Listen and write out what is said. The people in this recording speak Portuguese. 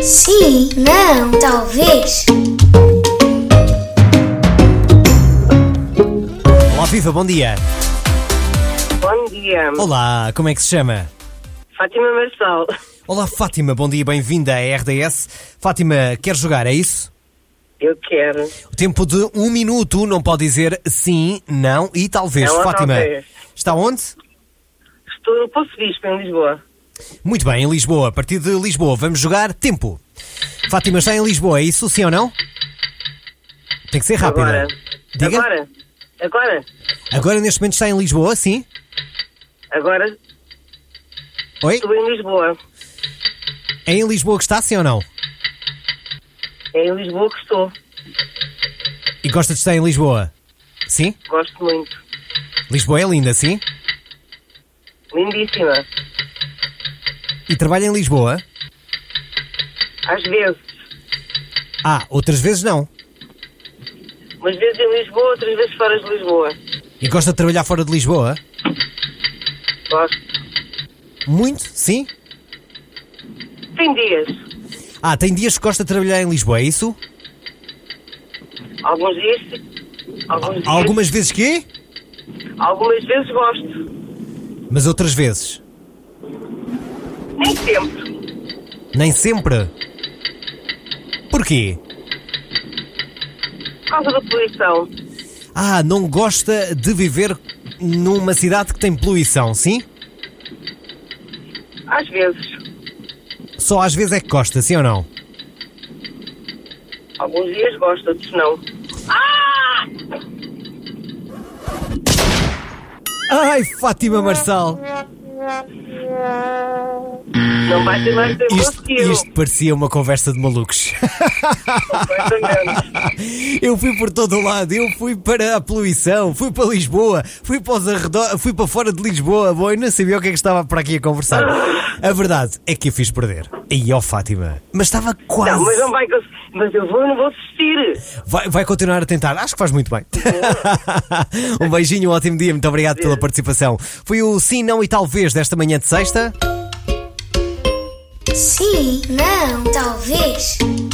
Sim, não, talvez. Olá, viva, bom dia. Bom dia, Olá, como é que se chama? Fátima Marçal. Olá, Fátima, bom dia, bem-vinda à RDS. Fátima, quer jogar, é isso? Eu quero. O tempo de um minuto, não pode dizer sim, não e talvez. Não, Fátima, É talvez. está onde? Estou no Poço Bispo, em Lisboa. Muito bem, em Lisboa. A partir de Lisboa, vamos jogar tempo. Fátima, está em Lisboa, é isso sim ou não? Tem que ser rápida. Agora. Diga. Agora. Agora. Agora, neste momento, está em Lisboa, sim? Agora Oi? estou em Lisboa. É em Lisboa que está, sim ou não? É em Lisboa que estou. E gosta de estar em Lisboa? Sim? Gosto muito. Lisboa é linda, sim? Lindíssima. E trabalha em Lisboa? Às vezes. Ah, outras vezes não. Umas vezes em Lisboa, outras vezes fora de Lisboa. E gosta de trabalhar fora de Lisboa? Gosto. Muito, sim? Tem dias. Ah, tem dias que gosta de trabalhar em Lisboa, é isso? Alguns dias. sim. Alguns dias. Algumas vezes quê? Algumas vezes gosto. Mas outras vezes. Nem sempre. Nem sempre. Porquê? Por causa da poluição. Ah, não gosta de viver numa cidade que tem poluição, sim? Às vezes. Só às vezes é que gosta, sim ou não? Alguns dias gosto, outros não. Ah! Ai, Fátima Marçal! Não vai ter mais tempo Isto, que eu. isto parecia uma conversa de malucos. Completamente. Eu fui por todo o lado, eu fui para a poluição, fui para Lisboa, fui para os arredores, fui para fora de Lisboa, bom, eu não sabia o que é que estava para aqui a conversar. A verdade é que eu fiz perder. E ó Fátima, mas estava quase. Não, mas não vai cons- Mas eu vou, eu não vou desistir. vai, vai continuar a tentar, acho que faz muito bem. um beijinho, um ótimo dia, muito obrigado pela participação. Foi o sim, não e talvez desta manhã de sexta. Sim, não, talvez.